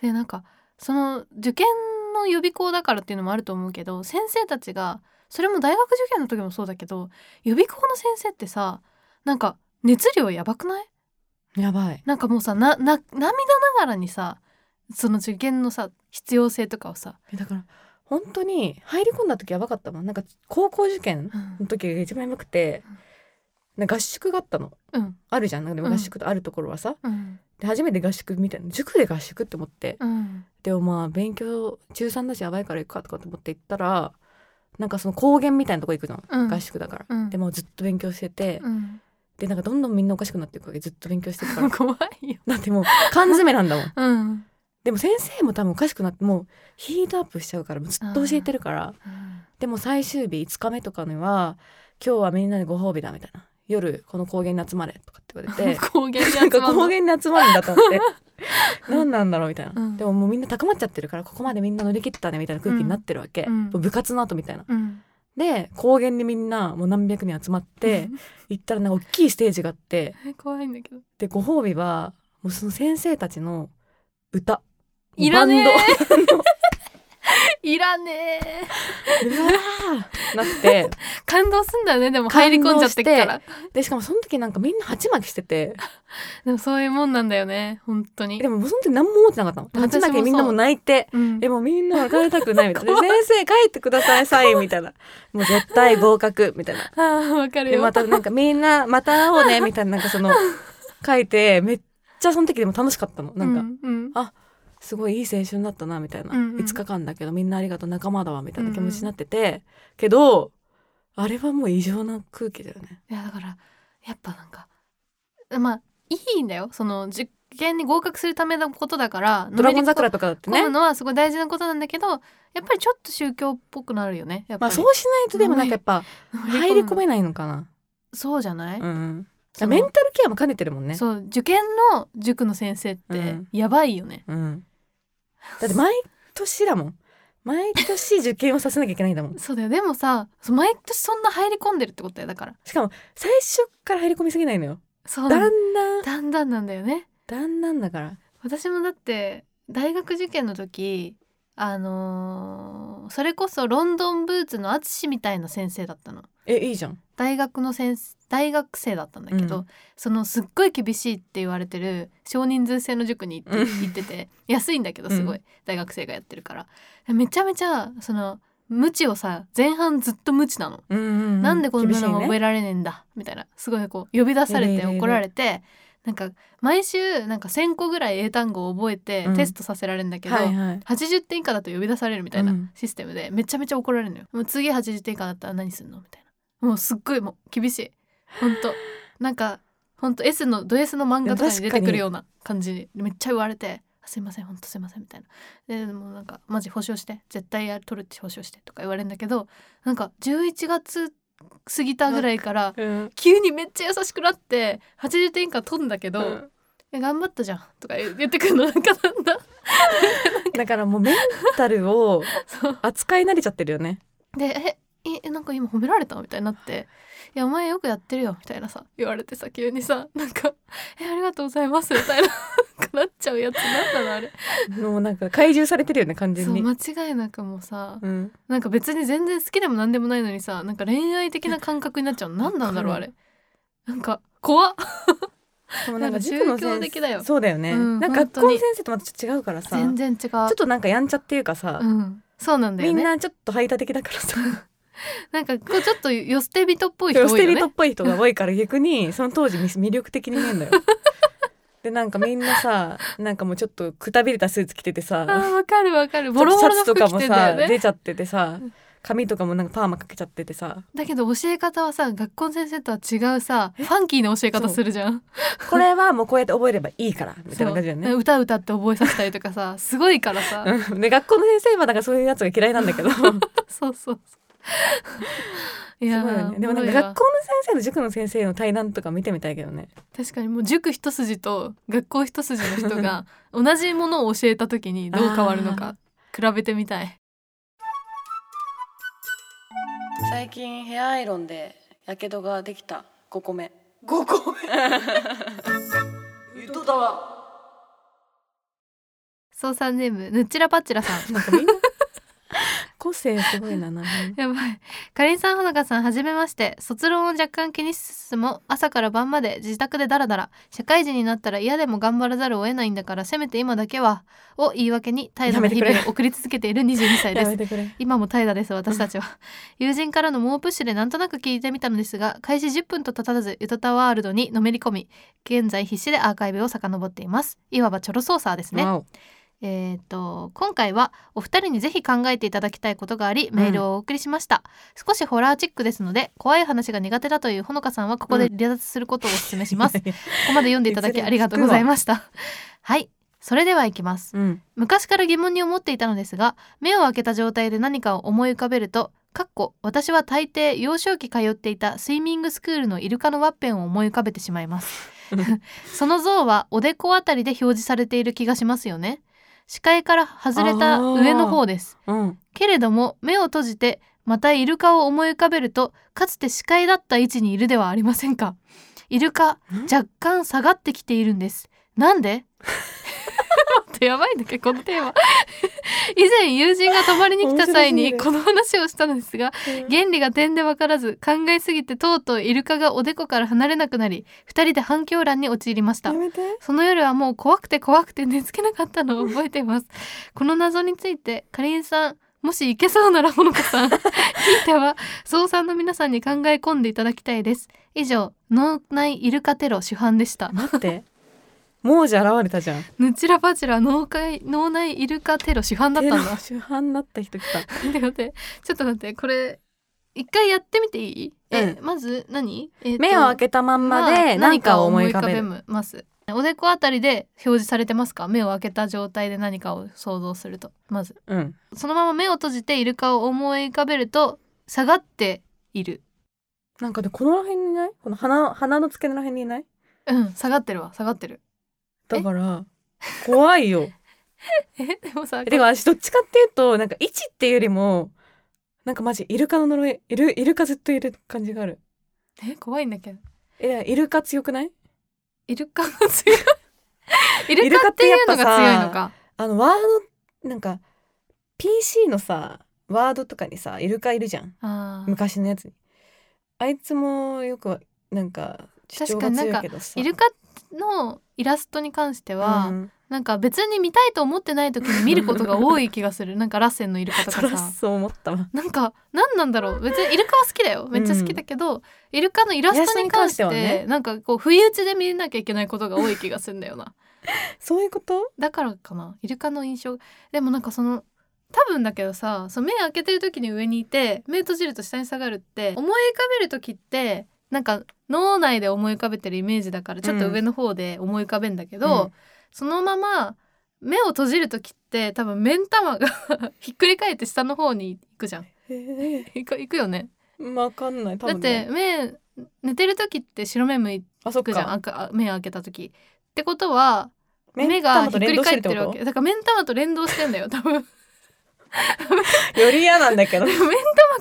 C: でなんかその受験の予備校だからっていうのもあると思うけど先生たちがそれも大学受験の時もそうだけど予備校の先生ってさなんか熱量やばくない
B: やばい。
C: なんかもうさなな涙ながらにさその受験のさ必要性とかをさ、
B: えだから本当に入り込んだ時やばかったもんなんか高校受験
C: うん
B: の時が一番やばくてなんか合宿があったの
C: うん
B: あるじゃんなんかでも
C: うん
B: 合宿とあるところはさ、
C: うん
B: で初めて合宿みたいな塾で合宿って思って
C: うん、
B: でもまあ勉強中3だしやばいから行くかとかと思って行ったらなんかその高原みたいなとこ行くの、
C: うん
B: 合宿だから、
C: うん
B: でもうずっと勉強してて、
C: うん、
B: でなんかどんどんみんなおかしくなっていくわけずっと勉強し てるから
C: 怖いよ。
B: だってもう缶詰なんだもん
C: うん
B: でも先生も多分おかしくなってもうヒートアップしちゃうからもうずっと教えてるからでも最終日5日目とかには「今日はみんなでご褒美だ」みたいな「夜この高原に集まれ」とかって言われて
C: 高原に集まんの
B: なんか高原に集まるんだと思って 何なんだろうみたいな、
C: うん
B: でももうみんな高まっちゃってるからここまでみんな乗り切ったねみたいな空気になってるわけ、
C: うん
B: もう部活の後みたいな
C: うん
B: で高原にみんなもう何百人集まって行ったらなんか大きいステージがあって
C: うん 怖いんだけど
B: でご褒美はもうその先生たちの歌
C: いらね
B: バンド
C: いらねえ
B: うわーなって
C: 感動すんだよねでも入り込んじゃってっから
B: でしかもその時なんかみんな鉢巻きしてて
C: でもそういうもんなんだよね本当に
B: でももうその時何も思ってなかっ
C: 私
B: たの
C: もそう
B: 鉢巻きみんなも泣いて
C: うん
B: えもうみんな別れたくないみた いなで先生帰ってくださいサインみたいなもう絶対合格みたいな
C: あーわかる
B: で
C: よ
B: またなんかみんなまた会おうねみたいななんか その書いてめっちゃその時でも楽しかったのなんか、
C: うん
B: すごいいい青春だったなみたいな、
C: うんうん
B: 5日間だけどみんなありがとう仲間だわみたいな気持ちになってて、けどあれはもう異常な空気だよね
C: いやだからやっぱなんかまあいいんだよその受験に合格するためのことだから
B: ドラゴン桜とかだって
C: のめり込
B: ね
C: むのはすごい大事なことなんだけどやっぱりちょっと宗教っぽくなるよねやっぱ
B: まあ
C: り、
B: そうしないとでもなんかやっぱ入り込
C: め
B: めないのかな
C: そうじゃない、
B: うんうん
C: その
B: メンタルケアも兼ねてるもんね
C: そう受験の塾の先生っ
B: う
C: て
B: ん
C: やばいよね、
B: うんだって毎年だもん毎年受験をさせなきゃいけないんだもん
C: そうだよでもさそう毎年そんな入り込んでるってことだよだから
B: しかも最初から入り込みすぎないのよ
C: そう
B: だ
C: だ
B: んだん
C: んだんなんだよね
B: だんだんだから
C: 私もだって大学受験の時あのーそれこそロンドンブーツの淳みたいな先生だったの
B: えいいじゃん
C: 大学の先生大学生だったんだけど、
B: うん
C: そのすっごい厳しいって言われてる少人数制の塾に行って,、
B: うん
C: 行ってて安いんだけどすごい、
B: う
C: 大学生がやってるからめちゃめちゃその無知をさ前半ずっと無知なの、
B: うんうんう
C: なんでこんなのが
B: 厳
C: 覚
B: しい
C: え
B: ね
C: られねえんだみたいなすごいこう呼び出さ
B: い
C: れ
B: るい
C: て
B: るいる
C: 怒られてなんか毎週なんか1,000個ぐらい英単語を覚えて
B: うん
C: テストさせられるんだけど、
B: はいはい
C: 80点以下だと呼び出されるみたいうなんシステムでめちゃめちゃ怒られるのよ。もう次80点以下だったら何すんのみたいな。もうすっごいもう厳しい。ほんと。なんかほんと S のド S の漫画とかに
B: いや確
C: 出
B: か
C: て
B: に
C: くるような感じでめっちゃ言われて「あすいませんほんとすいません」みたいな。でもうなんか「マジ保証して絶対や取るって保証して」とか言われるんだけどなんか11月過ぎたぐらいから
B: うん
C: 急にめっちゃ優しくなって80点以下取んだけど「
B: うん
C: え頑張ったじゃん」とか言ってくるのなんかなんだ。
B: だからもうメンタルを
C: そう
B: 扱い慣れちゃってるよね
C: で「ええなんか今褒められた?」みたいになって「いやお前よくやってるよ」みたいなさ言われてさ急にさなんか「えありがとうございます」みたいななんかなっちゃうやつなんだろうあれ
B: もうなんか怪獣されてるよね完全
C: そう
B: に
C: 間違いなくもうさ
B: うん
C: なんか別に全然好きでも何でもないのにさなんか恋愛的な感覚になっちゃうの何なんだろうあれなんか怖っ
B: でも
C: なんか宗教的だよ
B: そうだよね、
C: うん
B: なんか学校の先生とまたちょっと違うからさ
C: 全然違う
B: ちょっとなんかやんちゃっていうかさ、
C: うんそうなんだよ
B: みん
C: ね
B: なちょっと排他的だからさ、
C: なんかこうちょっとよ捨て人っ ぽい人
B: 人
C: 多
B: 捨
C: い
B: て
C: よ
B: 人
C: ね
B: っぽい人が多いから 逆にその当時み魅力的に見えんだよでなんかみんなさなんかもうちょっとくたびれたスーツ着てて
C: あ
B: さ
C: ーわかるわかる
B: ちょ
C: ボ
B: っ
C: ロ
B: とシ
C: ボ
B: ャ
C: ロの
B: ツ
C: 服
B: とか
C: 着
B: も
C: てんだ
B: さ
C: よね
B: 出ちゃっててさ
C: うん
B: 髪とかもなんかパーマかけちゃってて さ
C: だけど教え方はさ学校の先生とは違うさファンキーな教え方するじゃん。
B: これはもうこうやって覚えればいいからみたいな感じだ
C: そ
B: よね
C: う歌歌って覚えさせたりとかさすごいからさ、
B: うんで学校の先生はだからそういうやつが嫌いなんだけ どすご
C: そ
B: い
C: う そうそう。いやー
B: よねでもなん
C: おもろ
B: か
C: いわ
B: 学校の先生の塾の先生の対談とか見てみたいけどね
C: 確かにもう塾一筋と学校一筋の人 が同じものを教えた時にどう変わるのか比べてみたい。
D: 最近ヘアアイロンでやけどができた5個目5個目ゆとたわ
C: 操作ネームぬっちらぱっちらさん。
B: なんかみんな 個性すごいななんか
C: やばい。かりんさん、ほのかさん、はじめまして。卒論を若干気にしつつも、朝から晩まで自宅でダラダラ。社会人になったら嫌でも頑張らざるを得ないんだから、せめて今だけは、を言い訳に怠惰な日
B: やめて
C: 々
B: く
C: を送り続けている22歳で
B: や
C: す
B: め。てくれ
C: 今も怠惰です私たちは友人からの猛プッシュでなんとなく聞いてみたのですが開始10分と経たずゆとたワールドにのめり込み現在必死でアーカイブを遡っていますいわばチョロソーサーですね
B: わお
C: えー、と今回はお二人にぜひ考えていただきたいことがありメールをお送りしました、少しホラーチックですので怖い話が苦手だというほのかさんはここで離脱することをお勧めし ます、ここまで読んでいただきありがとうございましたはいそれではいきます
B: うん
C: 昔から疑問に思っていたのですが目を開けた状態で何かを思い浮かべるとかっこ私は大抵幼少期通っていたスイミングスクールのイルカのワッペンを思い浮かべてしまいますその像はおでこあたりで表示されている気がしますよね視界から外れた上の方です
B: うん
C: けれども目を閉じてまたイルカを思い浮かべるとかつて視界だった位置にいるではありませんかイルカ若干下がってきているんですなんで 待ってやばいんだけどこのテーマ以前友人が泊まりに来た際に
B: 面
C: この話をしたのですが原理が点で分からず考えすぎてとうとうイルカがおでこから離れなくなり2人で反響欄に陥りました
B: やめて
C: その夜はもう怖くて怖くて寝つけなかったのを覚えています。 この謎について、かりんさん、もし行けそうならほのかさん、 ひいては、そうさんの皆さんに考え込んでいただきたいです。以上、脳内イルカテロ主犯でした。
B: 待って猛者現れたじゃん
C: ぬちらばちら脳内脳内イルカテロ主犯だったんだ。
B: 手の主犯になった人来た
C: 待って待って、ちょっと待って、これ、一回やってみていい、え
B: う
C: まず何、えーと
B: 目を開けたまんまで何かを思い浮かべる。
C: ますおでこあたりで表示されてますか目を開けた状態で何かを想像するとまず
B: うん。
C: そのまま目を閉じてイルカを思い浮かべると下がっている
B: なんかね、この辺にいないこの鼻、鼻の付け根の辺にいない
C: うん下がってるわ下がってる
B: だから、怖い よ。
C: えでもさ
B: えてか私どっちかっていうと、なんか位置っていうよりも、なんかマジイルカの呪い、イルイルカずっといる感じがある。
C: え怖いんだけど
B: え、イルカ強くない
C: イルカが強い イ
B: イ
C: ル
B: ル
C: カ
B: カ
C: っ
B: ってて
C: い
B: や
C: う
B: っ
C: の
B: ぱ
C: が
B: さ
C: 強いのか
B: あの、ワード、なんか、PC のさ、ワードとかにさ、イルカいるじゃん。
C: あー
B: 昔のやつに。あいつもよく、なんか、主張が強いけどさ。
C: イルカのイラストに関しては、
B: うん
C: なんか別に見たいと思ってない時に見ることが多い気がするなんかラッセンのイルカとか
B: そ
C: らさ
B: そう思ったわ。
C: なんか何なんだろう別にイルカは好きだよめっちゃ好きだけど、イルカのイラストに関して
B: イラストに関してはね
C: なんかこう不意打ちで見なきゃいけないことが多い気がするんだよな
B: そういうこと
C: だからかなイルカの印象でもなんかその多分だけどさその目開けてる時に上にいて目閉じると下に下がるって思い浮かべる時ってなんか脳内で思い浮かべてるイメージだからちょっと上の方で思い浮かべんだけど、
B: うん
C: そのまま目を閉じる時って多分目ん玉が ひっくり返って下の方に行くじゃん
B: え
C: 行く行くよね
B: ー、わかんない。多
C: だっ
B: 分ね
C: て目寝てる時って白目向
B: あ、そっ
C: くじゃん
B: か。
C: あか目開けた時ってことは
B: 目ん
C: 目がひ
B: 玉
C: っ
B: と
C: く
B: 連
C: り
B: 動し
C: 返っ
B: てるっ
C: て
B: てこ
C: る
B: と
C: わけだから目ん玉と連動してんだよ多 分
B: より嫌なんだけど
C: 目。ん玉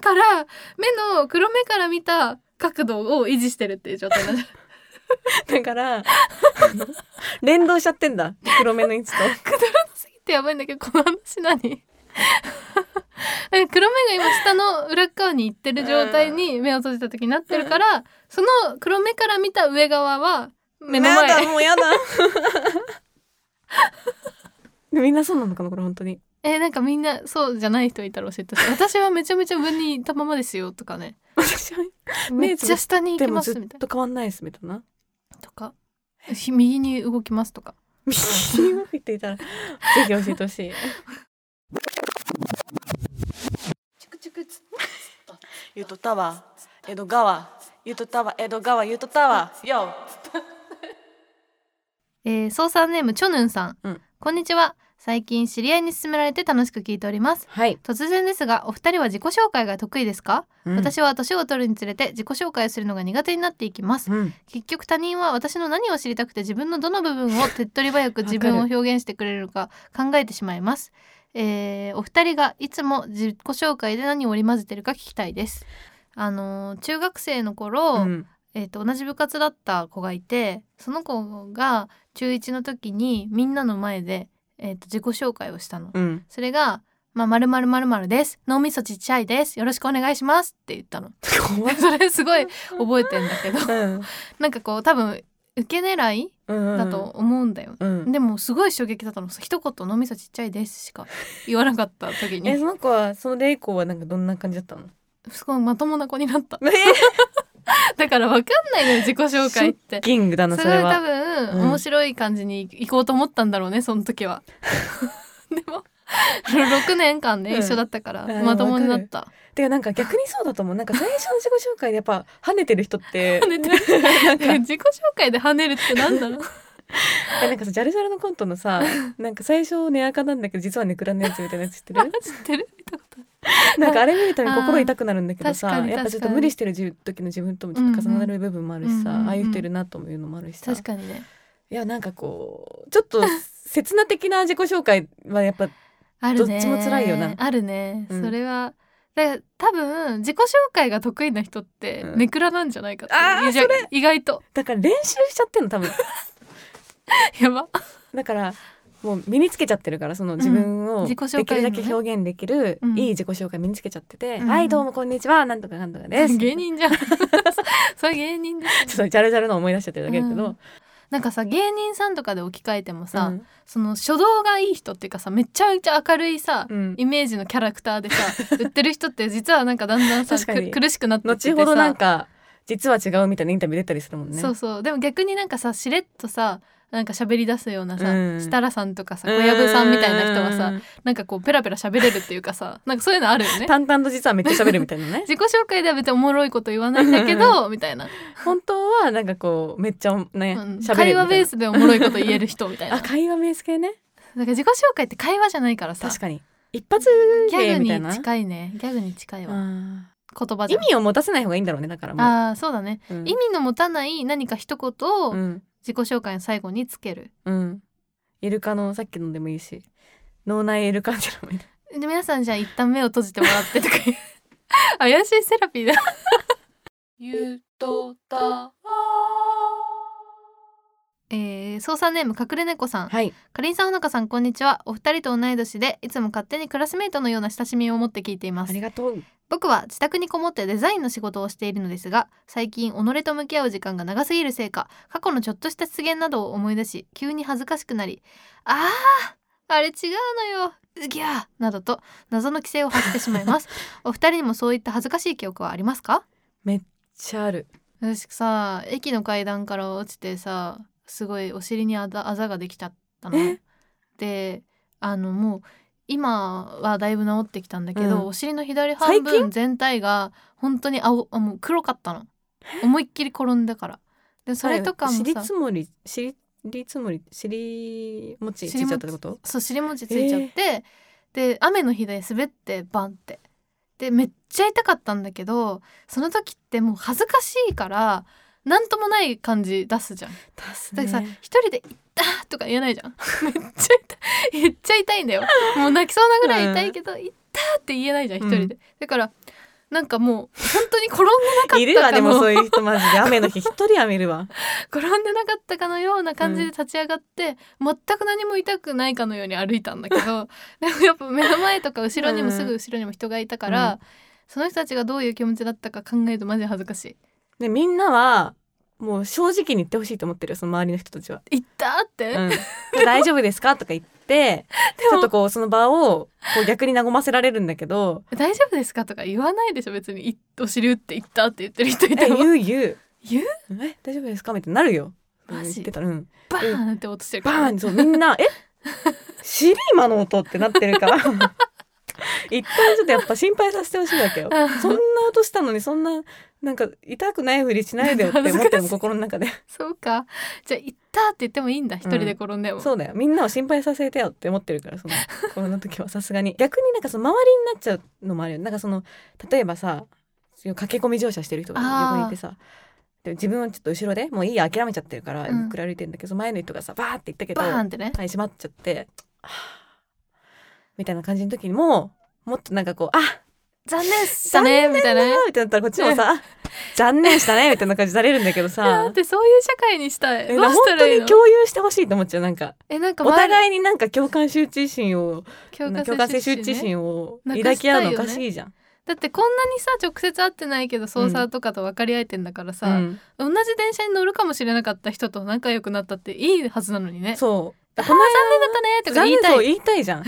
C: から目の黒目から見た角度を維持してるっていう状態なん だ
B: だから、 あの連動しちゃってんだ。黒目の位置と。
C: すぎてやばいんだけどこの話何 なんか黒目が今下の裏側に行ってる状態に目を閉じた時になってるからその黒目から見た上側は目の前
B: やだ、もうやだ。 みんなそうなのかなこれ本当 に。
C: えーなんかみんなそうじゃない人いたら教えてほしい私はめちゃめちゃ上にいたままですよとか ね
B: 私は目
C: めっちゃ下に行
B: で
C: き
B: も
C: ま
B: ず
C: す
B: っ
C: みたい
B: と変わんないですみたいな。
C: なとかひ右に動きますとか
B: 右を 見ていたら、ぜひ教えてほしい。
D: チクチクつ。ゆとたわ、江戸川、ゆとたわ、江戸川、ゆとたわ、よ。
C: えー、操作ネームチョヌンさん、
B: うん
C: こんにちは最近知り合いに勧められて楽しく聞いております
B: はい。
C: 突然ですがお二人は自己紹介が得意ですか、
B: うん、
C: 私は年を取るにつれて自己紹介をするのが苦手になっていきます
B: うん。
C: 結局他人は私の何を知りたくて自分のどの部分を手っ取り早く自分を表現してくれるのか考えてしまいます。えーお二人がいつも自己紹介で何を織り交ぜてるか聞きたいです。あのー中学生の頃、
B: うん。
C: えー、と同じ部活だった子がいてその子が中1の時にみんなの前で、えー、と自己紹介をしたの。
B: うん。
C: それが「まあ、〇〇〇〇です脳みそちっちゃいですよろしくお願いします」って言った の。
B: 怖い。
C: それすごい覚えてんだけど
B: うん。
C: なんかこう多分受け狙い
B: うん
C: だと。思うんだよ、
B: うん。
C: でもすごい衝撃だったの一言「脳みそちっちゃいです」しか言わなかった時
B: え、
C: に
B: その子は、そのレイコはなんかどんな感じだった の
C: すごいまともな子になった
B: え
C: だからわかんないのよ自己紹介って
B: キングだ
C: すご
B: な、
C: い
B: それ
C: 多
B: は。
C: 分、
B: うん
C: 面白い感じに行こうと思ったんだろうねその時は でも6年間ね、
B: うん
C: 一緒だったから
B: うん
C: まともになった
B: てか、なんか逆にそうだと思う。なんか最初の自己紹介でやっぱ、跳ねてる人って。
C: 跳ねてる
B: なんか
C: え自己紹介で跳ねるってなんだ ろう
B: えなんかさジャルジャルのコントの さなんか最初根赤なんだけど実はネクラのやつみたいなやつ 知ってる
C: 知ってる見たことある
B: なんかあれ見るたび
C: あー
B: 心痛くなるんだけど
C: 確
B: さ
C: かに
B: やっぱちょっと
C: 確かに
B: 無理してるじ時の自分ともちょっと重なる部分もあるしさ、
C: うんうん
B: ああいう人いるなともいうのもあるしさ、
C: 確かにね
B: いやなんかこうちょっと刹那的な自己紹介はやっぱ
C: あるね
B: どっちも辛いよな
C: あるね、
B: うん
C: それはだから多分自己紹介が得意な人って
B: うん
C: ネクラなんじゃないかって、
B: あー
C: いやじゃ
B: それ
C: 意外と
B: だから練習しちゃってんの 多分
C: やば
B: だからもう身につけちゃってるからその自分
C: うん
B: を
C: 自
B: で
C: 己紹
B: き
C: 介
B: る
C: のね
B: だけ表現できる
C: うん
B: いい自己紹介身につけちゃってて「
C: うん
B: はいどうもこんにちはなんとかなんとかです」
C: 芸 人じゃん それ芸人ですね
B: ちょっとジャルジャルの思い出しちゃってるだけだけど、
C: うんなんかさ芸人さんとかで置き換えてもさ、
B: うん
C: その初動がいい人っていうかさめちゃめちゃ明るいさ、
B: うん
C: イメージのキャラクターでさ 売ってる人って実はなんかだんだんさ
B: 確かに
C: く苦しくなってってて
B: 後
C: さ
B: ほどなんか実は違うみたいなインタビュー出たりするもんね
C: そうそうでも逆になんかさしれっとさなんか喋り出すようなさ、
B: うん
C: 設楽さんとかさ小籔さんみたいな人は
B: う
C: さ
B: ん
C: なんかこうペラペラ喋れるっていうかさなんかそういうのあるよね
B: 淡々と実はめっちゃ喋るみたいな ね
C: 自己紹介では別におもろいこと言わないんだけどみたいな、
B: 本当はなんかこうめっちゃね
C: うん
B: 喋、れるみたい
C: 会
B: な
C: 話ベースでおもろいこと言える人み たいな
B: あ
C: だか
B: 会話ベース系ね
C: ら自己紹介って会話じゃないからさ
B: 確かに一発
C: ギャ
B: 芸みたい
C: グ
B: な
C: に近いねギャグに近いわ、
B: あ
C: 言葉
B: ー
C: じゃん
B: 意味を持たせない方がいいんだろうねだからもう
C: ああそうだね、
B: うん
C: 意味の持たない何か一言を
B: うん
C: 自己紹介の最後につける、
B: うんイルカのさっきのでもいいし脳内イルカってのもいいね
C: で皆さんじゃあ一旦目を閉じてもらってとか 言う怪しいセラピーだ
D: ゆとたわ
C: えー、操作ネーム隠れ猫さん、
B: はい
C: かりんさんほのかさんこんにちはお二人と同い年でいつも勝手にクラスメイトのような親しみを持って聞いていま
B: あ
C: す
B: りがとう
C: 僕は自宅にこもってデザインの仕事をしているのですが最近己と向き合う時間が長すぎるせいか過去のちょっとした失言などを思い出し急に恥ずかしくなり「あーあれ違うのようぎゃー」などと謎の規制を発してしまいますお二人にもそういった恥ずかしい記憶はありますか
B: シャール
C: 私さ駅の階段から落ちてさすごいお尻にあざあざができちゃったの
B: え。
C: であのもう今はだいぶ治ってきたんだけど、
B: うん
C: お尻の左
B: 最
C: 半
B: 近
C: 分全体が本当に青あもう黒かったの思いっきり転んだからでそれとかも
B: 尻
C: さ
B: つもり尻尻つもり尻もちつ
C: 尻もち
B: いちゃったってこと
C: そう尻餅ついちゃって、で雨の日で滑ってバンってでめっちゃ痛かったんだけどその時ってもう恥ずかしいからなんともない感じ出すじゃん
B: だす
C: だってさ一人で「痛っ!」とか言えないじゃん めっちゃ痛いめっちゃ痛いんだよもう泣きそうなぐらい痛いけど「痛っ!」って言えないじゃん一人で、だからなんかもう本当に転ん
B: い
C: でな
B: る
C: か
B: わ
C: った
B: で
C: か
B: も
C: の
B: そういう人マジ で雨の日一人雨いるわ
C: 転んでなかったかのような感じで立ち上がって、全く何も痛くないかのように歩いたんだけ どでもやっぱ目の前とか後ろにも
B: うん
C: すぐ後ろにも人がいたから、
B: う
C: その人たちがどういう気持ちだったか考えるとマジで恥ずかしい。
B: でみんなはもう正直に言ってほしいと思ってるよその周りの人たちは、
C: 「痛っ!」って、
B: うん大丈夫ですかとか言 って
C: でも
B: ちょっとこうその場をこう逆に和ませられるんだけど
C: 大丈夫ですか?」とか言わないでしょ別にい「お尻打って言った」って言ってる人い
B: え
C: ても
B: 言う言う
C: 言う
B: え大丈夫ですかみたいになるよ
C: マジ
B: 言ってたらうん
C: バーンって落としてるか
B: バ
C: ら
B: ーンそうみんなえ尻今の音ってなってるから 一旦ちょっとやっぱ心配させてほしいわけよ
C: うん
B: そんな音したのにそんななんか痛くないふりしないでよって思って るもん心の中で
C: そうかじゃあ「行った」って言ってもいいんだ一人で転んでも、
B: そうだよみんなを心配させてよって思ってるから そのこの時はさすがに逆になんかその周りになっちゃうのもあるよなんかその例えばさ駆け込み乗車してる人が
C: あー
B: 横にいてさで自分はちょっと後ろでもういいや諦めちゃってるから
C: うん
B: ゆっくり歩いてるんだけど、その前の人がさバーって言ったけど
C: バーンってね
B: はい、閉まっちゃって、はあみたいな感じの時にも、もっとなんかこう、あ
C: 残念っしたねみたいなね
B: みたいになったらこっちもさ、残念したねみたいな感じになれるんだけど
C: だ
B: さ
C: っ、てそういう社会にしたい
B: え
C: どう
B: 本
C: したら
B: 当
C: いい
B: に
C: の
B: 共有してほしいと思っちゃう。なんか、
C: えなんか
B: お
C: 周り
B: 互いになんか共感周知心を、
C: 共
B: な
C: 感
B: んか共感性
C: 性
B: 周
C: 出
B: 知
C: 身ね
B: 心を
C: なく
B: 抱き合うの
C: し
B: お
C: たいよ
B: か
C: ね
B: しいじゃん。
C: だってこんなにさ直接会ってないけど操作とかと分かり合えてんだから
B: う
C: さ、
B: ん
C: 同じ電車に乗るかもしれなかった人と仲良くなったっていいはずなのにねう
B: そう。
C: この間残念だったねとか言いた
B: そう
C: い
B: 言いたいじゃん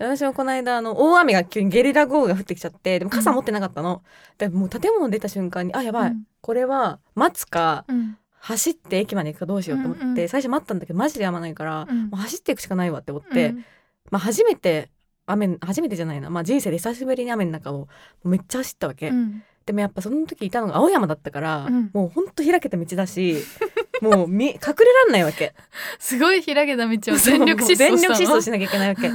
B: 私もこの間あの大雨が急にゲリラ豪雨が降ってきちゃってでも傘持ってなかったの、でもう建物出た瞬間にあやばい、
C: うん
B: これは待つか
C: うん
B: 走って駅まで行くかどうしようと思って、
C: うんうん
B: 最初待ったんだけどマジでやまないから、
C: うん
B: もう走っていくしかないわって思っ
C: う
B: て、
C: ん
B: まあ、初めて雨初めてじゃないな、まあ、人生で久しぶりに雨の中をめっちゃ走ったわけ、
C: うん
B: でもやっぱその時いたのが青山だったから、
C: うん
B: もうほんと開けた道だし もうみ隠れらんないわけ
C: すごい開けた道を全力疾走した
B: そうも
C: の
B: う全力疾走しなきゃいけない わけ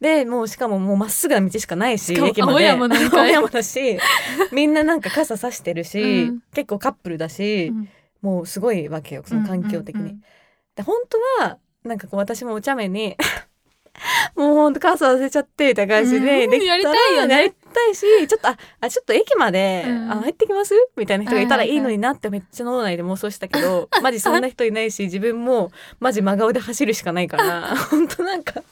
B: でもうしかももうまっすぐな道しかないし駅まで
C: 青山なんかい
B: 青山だしみんななんか傘さしてるし、
C: うん
B: 結構カップル だし、
C: うん
B: もうすごいわけよその環境的に。
C: うんうんうん
B: で本当はなんかこう私もお茶目に もうほんと傘忘れちゃってみたいな感じで、
C: うん
B: できた
C: や
B: ら
C: りたいよね
B: やりたいしちょっとああちょっと駅まで、
C: うん
B: あ入ってきますみたいな人がいたらいいのになってめっちゃ脳内で妄想したけど マジそんな人いないし自分もマジ真顔で走るしかないから 本当なんか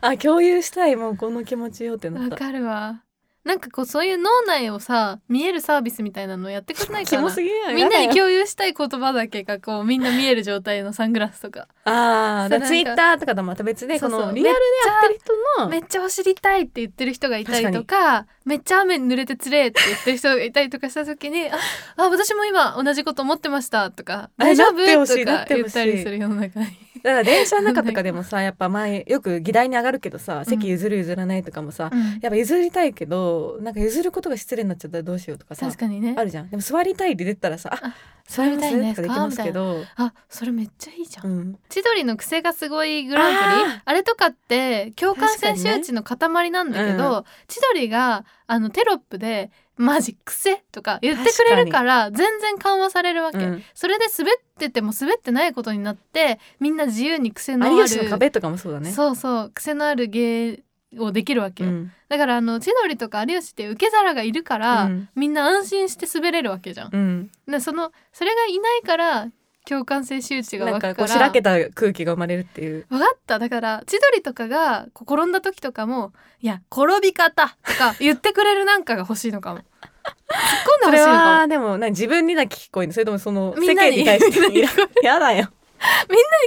B: あ共有したいもうこの気持ちよってなっ
C: わ
B: た。
C: かるわなんかこうそういう脳内をさ見えるサービスみたいなのやってくれない
B: キ
C: か
B: モ
C: な
B: すぎない
C: みんなに共有したい言葉だけがこうみんな見える状態のサングラスとか
B: ああ
C: そうな
B: だ
C: んか
B: ツイッターとかとはまた別で
C: そ
B: こ
C: うそう
B: のリアルでやってる人の
C: めっちゃお尻たいって言ってる人がいたりとかめっちゃ雨濡れてつれーって言ってる人がいたりとかした時 に「ああ私も今同じこと思ってました」とか「
B: あ
C: 大丈夫?」
B: なってほしい
C: と
B: な
C: か
B: ってほ
C: 言
B: し
C: っ
B: い
C: たりする世の中に。
B: だから電車の中とかでもさやっぱ前よく議題に上がるけどさ席譲る譲らないとかもさ、
C: うん
B: やっぱ譲りたいけどなんか譲ることが失礼になっちゃったらどうしようとかさ
C: 確かにね
B: あるじゃんでも座りたいって出たらさあ
C: あ
B: 座りま
C: 座
B: す
C: りたい
B: ね
C: ん
B: とか
C: ですか
B: できますけど、
C: あそれめっちゃいいじゃん、
B: うん、
C: 千鳥の癖がすごいグランプリ
B: あー
C: あれとかって共感
B: 確か
C: 性
B: にね
C: 周知の塊なんだけど、
B: う
C: 千鳥があのテロップで「マジ癖」とか言ってくれるから全然緩和されるわけ、
B: うん
C: それで滑ってても滑ってないことになってみんな自由に癖のある
B: 有吉の壁とかもそうだね
C: そうそう癖のある芸をできるわけよ、
B: ん
C: だからあの千鳥とか有吉って受け皿がいるから、
B: うん
C: みんな安心して滑れるわけじゃん、
B: うん、
C: でそのそれがいないから共感性周知が
B: な
C: 湧
B: ん
C: くから
B: かこうしらけた空気が生まれるっていう
C: 分かっただから千鳥とかがこう転んだ時とかも「いや転び方」とか言ってくれるなんかが欲しいのかも 突っ込
B: そ
C: んでほ
B: れ
C: しいのかも
B: はでも何自分にだけ聞こえるのそれともその
C: み
B: 世
C: んな
B: 間
C: に
B: に対して
C: みんなに聞こ
B: や だよ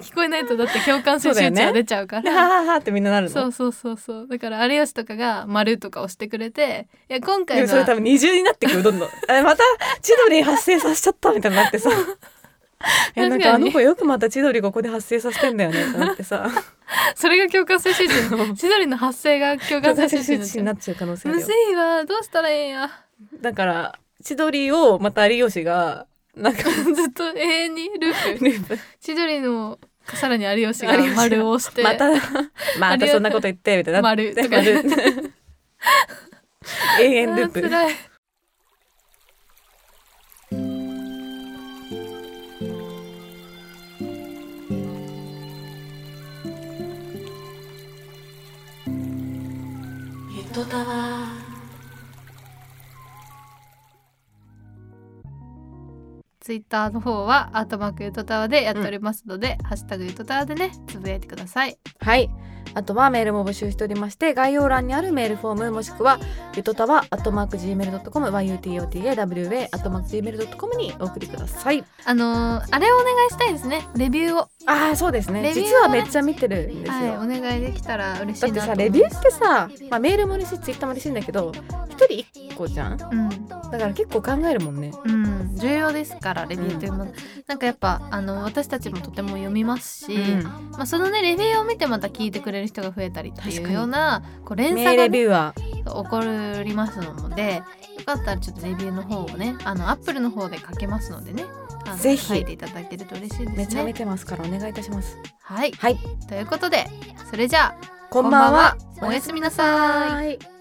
C: 聞こえないとだって共感性周知が出ちゃうか
B: は
C: ら。
B: ははってみんななるの
C: そうそうそうそうだから有吉とかが「丸とか押してくれていや今
B: で
C: 回
B: も
C: の
B: それ多
C: は
B: 分二重になってくるど んどんあまた千鳥発生させちゃったみたいになってさえなん
C: 確か
B: か
C: に
B: あの子よくまた千鳥ここで発生させてんだよねってなってさ
C: それが共感性周知 千鳥の発声が共感性周知になっち
B: に
C: ゃ
B: な
C: う
B: っちゃう可能性あ
C: む
B: るよ
C: ずいわどうしたらええんや
B: だから千鳥をまた有吉がなんか
C: ずっと永遠にループ
B: ループ
C: 千鳥のさらに有吉が
B: 有吉が
C: 丸を押 して
B: またまたそんなこと言ってみたいになって
C: 丸とかね
B: 丸 永遠ルー
C: あー
B: プ
C: 辛い
D: ゆとたわ
C: ツイッターの方はアートマークゆとたわでやっておりますので、ハッシュタグゆとたわでねつぶやいてください
B: はい。あとはメールも募集しておりまして、概要欄にあるメールフォームもしくは、ゆとたわ、アットマーク Gmail.com、yutotawa、アットマーク Gmail.com にお送りください。
C: あのーあれをお願いしたいですねレビューを
B: ああ、そうですね。
C: レビュー
B: 実はめっちゃ見てるんですよ。
C: はいお願いできたら嬉し
B: だ
C: い
B: って
C: なと
B: さ、
C: 思
B: レ
C: います
B: ビューってさ、まあ、メールも嬉しい、ツイッターも嬉しいんだけど、一人一個じゃんだ
C: うん
B: から結構考えるもんね。
C: うん、重要ですからレビューというもの、なんかやっぱあの私たちもとても読みますし、
B: うん
C: まあ、そのねレビューを見てまた聞いてくれる人が増えたりって
B: 確
C: い
B: か
C: う
B: に
C: ようなこう連
B: 名
C: 鎖
B: レ
C: が、
B: ビ
C: ね、
B: ューは。
C: 起こりますのでよかったらちょっとレビューの方をねあのアップルの方で書けますのでねあの
B: ぜひ
C: 書いていただけると嬉しいですね。
B: めちゃ見てますからお願いいたします。
C: はい
B: はい。
C: ということでそれじゃあ
B: こんばんは。
C: こんばんはおやすみなさい。
B: い。